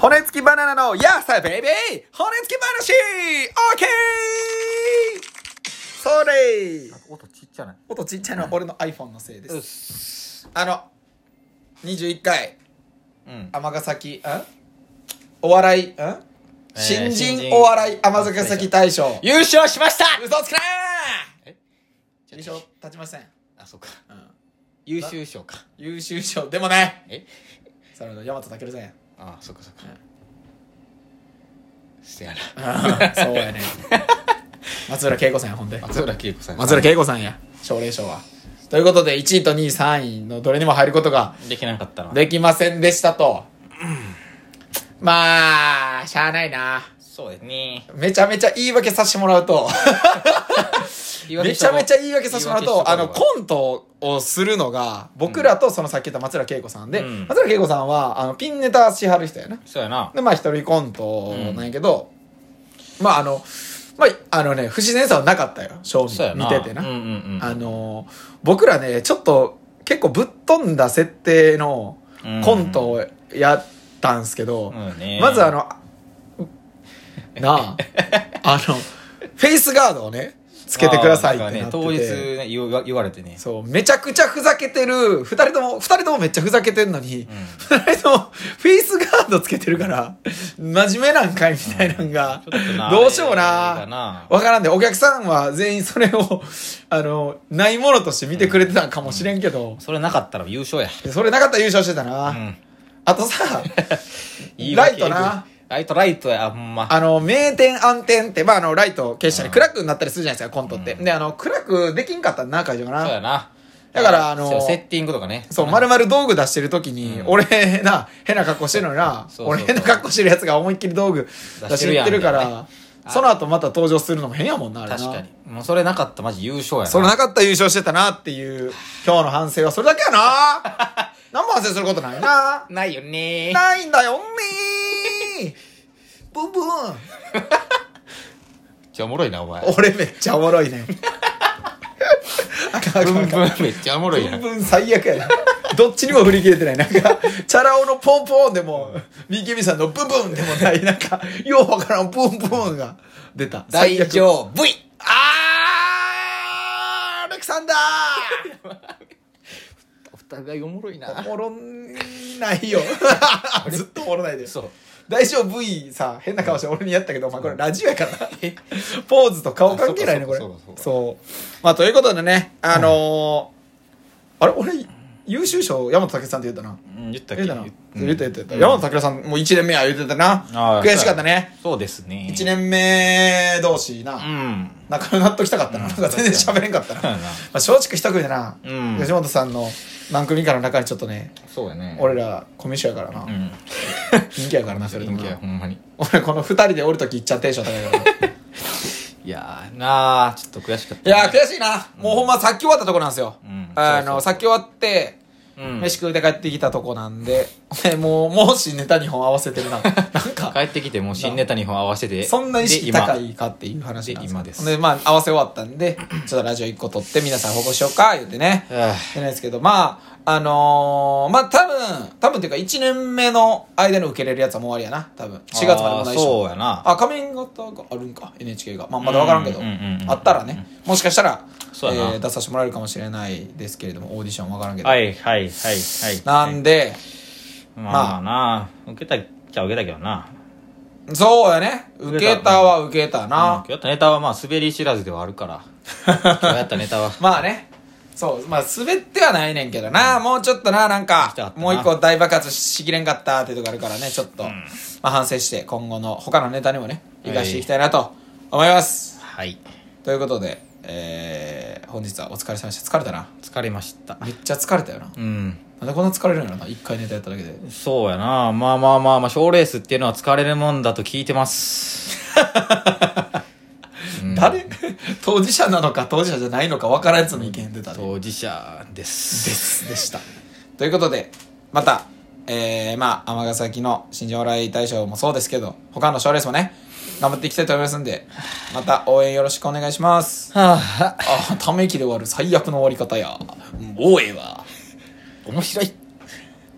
骨付きバナナのやさベイベー骨付き話オーケーそれなんか音ちっちゃない音ちっちゃいのは俺の iPhone のせいでうっす。あの、21回、うん尼崎、んお笑い、んー新新人人お笑い尼崎大賞。優勝しました嘘つくなーえ優勝立ちません。あそっかうん優秀賞か優秀賞でもないえそれの大和健 さんや。あそっかそっかせやなそうやね。松浦恵子さんや、ほんで。松浦恵子さん松浦恵子さんや、奨励賞は。ということで、1位と2位、3位のどれにも入ることができなかったなできませんでしたと。まあ、しゃあないな。そうですねめちゃめちゃ言い訳させてもらうと、めちゃめちゃ言い訳させてもらうと、あの、コントをするのが、僕らとそのさっき言った松浦恵子さんで、うん松浦恵子さんは、あの、ピンネタしはる人やな。そうやなで、まあ、一人コントなんやけど、まあ、あの、まあ、あのね、不自然さはなかったよ、正そうや味。見なててな。うんうんあの僕らねちょっと結構ぶっ飛んだ設定のうんコントをやったんすけど、うんねまずあのあ なああのフェイスガードをねつけてくださいってなってて、あーなんかね当日ね言わ言われてねそうめちゃくちゃふざけてる二人とも二人ともめっちゃふざけてんのに、二人ともフェイスガードつけてるから真面目なんかいみたいなんが、うんちょっとなどうしようあれなだなわからんでお客さんは全員それを あのないものとして見てくれてたんかもしれんけど、それなかったら優勝やそれなかったら優勝してたな、うんあとさ 言いラ訳イトなライトライトやあほんまあの、名店暗転って、まあ、あの、ライト消したり、暗くなったりするじゃないですか、コントって。で、あの、暗くできんかったらな、会場がな。そうやなだからあのそうセッティングとかねそう、丸々道具出してる時に、うん俺な、変な格好してるのにな、そうそう俺変な格好してるやつが思いっきり道具出出ししててるいっやんてるかみたいなら、その後また登場するのも変やもんな、あれな。確かにもうそれなかったらマジ優勝やな それなかったら優勝してたなっていう、今日の反省はそれだけやな 何も反省することないなないよねないんだよねブンブンめっちゃおもろいなお前俺めっちゃおもろい ねん。あかんあかブんあンかんブンめっちゃおもろいやんブンブン最悪やな。どっちにも振り切れてない。なんか、チャラ男のポンポンでも、ミキミさんのブンブンでもない、なんか、ようわからんブンブンが出た。大最悪。丈夫いあーアレクサンダお互いおもろいなーおもろない よ。ずっとおもろないで。そう大丈夫 V さ、変な顔して俺にやったけど、お前これラジオやからな。ポーズと顔関係ないね、あこれそうかそう。かそう。まあ、ということでね、あのー、あれ、俺、優秀賞、山本武さんって言ったな。うん言ったっけ言ったな。うん言った言った言った。うん山本武さん、もう1年目は言ってたあな。あ悔しかったね。そうですね1年目同士うな、ん仲良くなっときたかったな。なんか全然喋れんかったな。そうまやなあ、松竹一組でな、うん吉本さんの何組かの中にちょっとね、そうやね俺ら、コミュ障やからうな。ん人気やからな、それとも人な気やほんまに俺、この二人でおるときいっちゃテンション高い から。いやーなあちょっと悔しかったいやー、悔しいな。もうほんまさっき終わったとこなんですよ。うんあそうその、うさっき終わって、うん飯食うて帰ってきたとこなんで、ねもう、もう新ネタ2本合わせてる な。なん帰か、ってきてもう新ネタ2本合わせてそんな意識で今高いかっていう話なん今ですで、まあ、合わせ終わったんで、 ちょっとラジオ1個撮って皆さん報告しようか、言ってね。はあじゃないですけど、まあ、あのーまあ、多分、多分っていうか1年目の間の受けれるやつはもう終わりやな。多分。4月までもないし。そうやなあ、仮面型があるんか、NHK が。まあ、まだ分からんけど、うんうんうんうんあったらね、もしかしたら、そうやなえー出させてもらえるかもしれないですけれども、オーディション分からんけど。はいはいはいはいなんで、まあなあ受けたっちゃ受けたけどなそうやね、受受けたけたは受けた今な。日やったネタはまあ滑り知らずではあるから 今日やったネタはまあね、そう、まあ、滑ってはないねんけどな、もうちょっとな、なんきたかかっ、たなもう一個大爆発しきれんかったっていうとこあるからね、ちょっと、まあ、反省して、今後の他のネタにもね、生かしていきたいなと思います。はいということで、えー、本日はお疲れ様でした。疲れたな。疲れましためっちゃ疲れたよな。うんなんでこんな疲れるんやろな一回ネタやっただけでそうやなまあまあまあまあ賞レースっていうのは疲れるもんだと聞いてます誰 当事者なのか当事者じゃないのか分からんやつの意見出たで当事者ですですでしたということでまたえー、まあ尼崎の新人お笑い大賞もそうですけど他の賞レースもね頑張っていきたいと思いますんでまた応援よろしくお願いしますはああため息で終わる最悪の終わり方やもうええわ面白い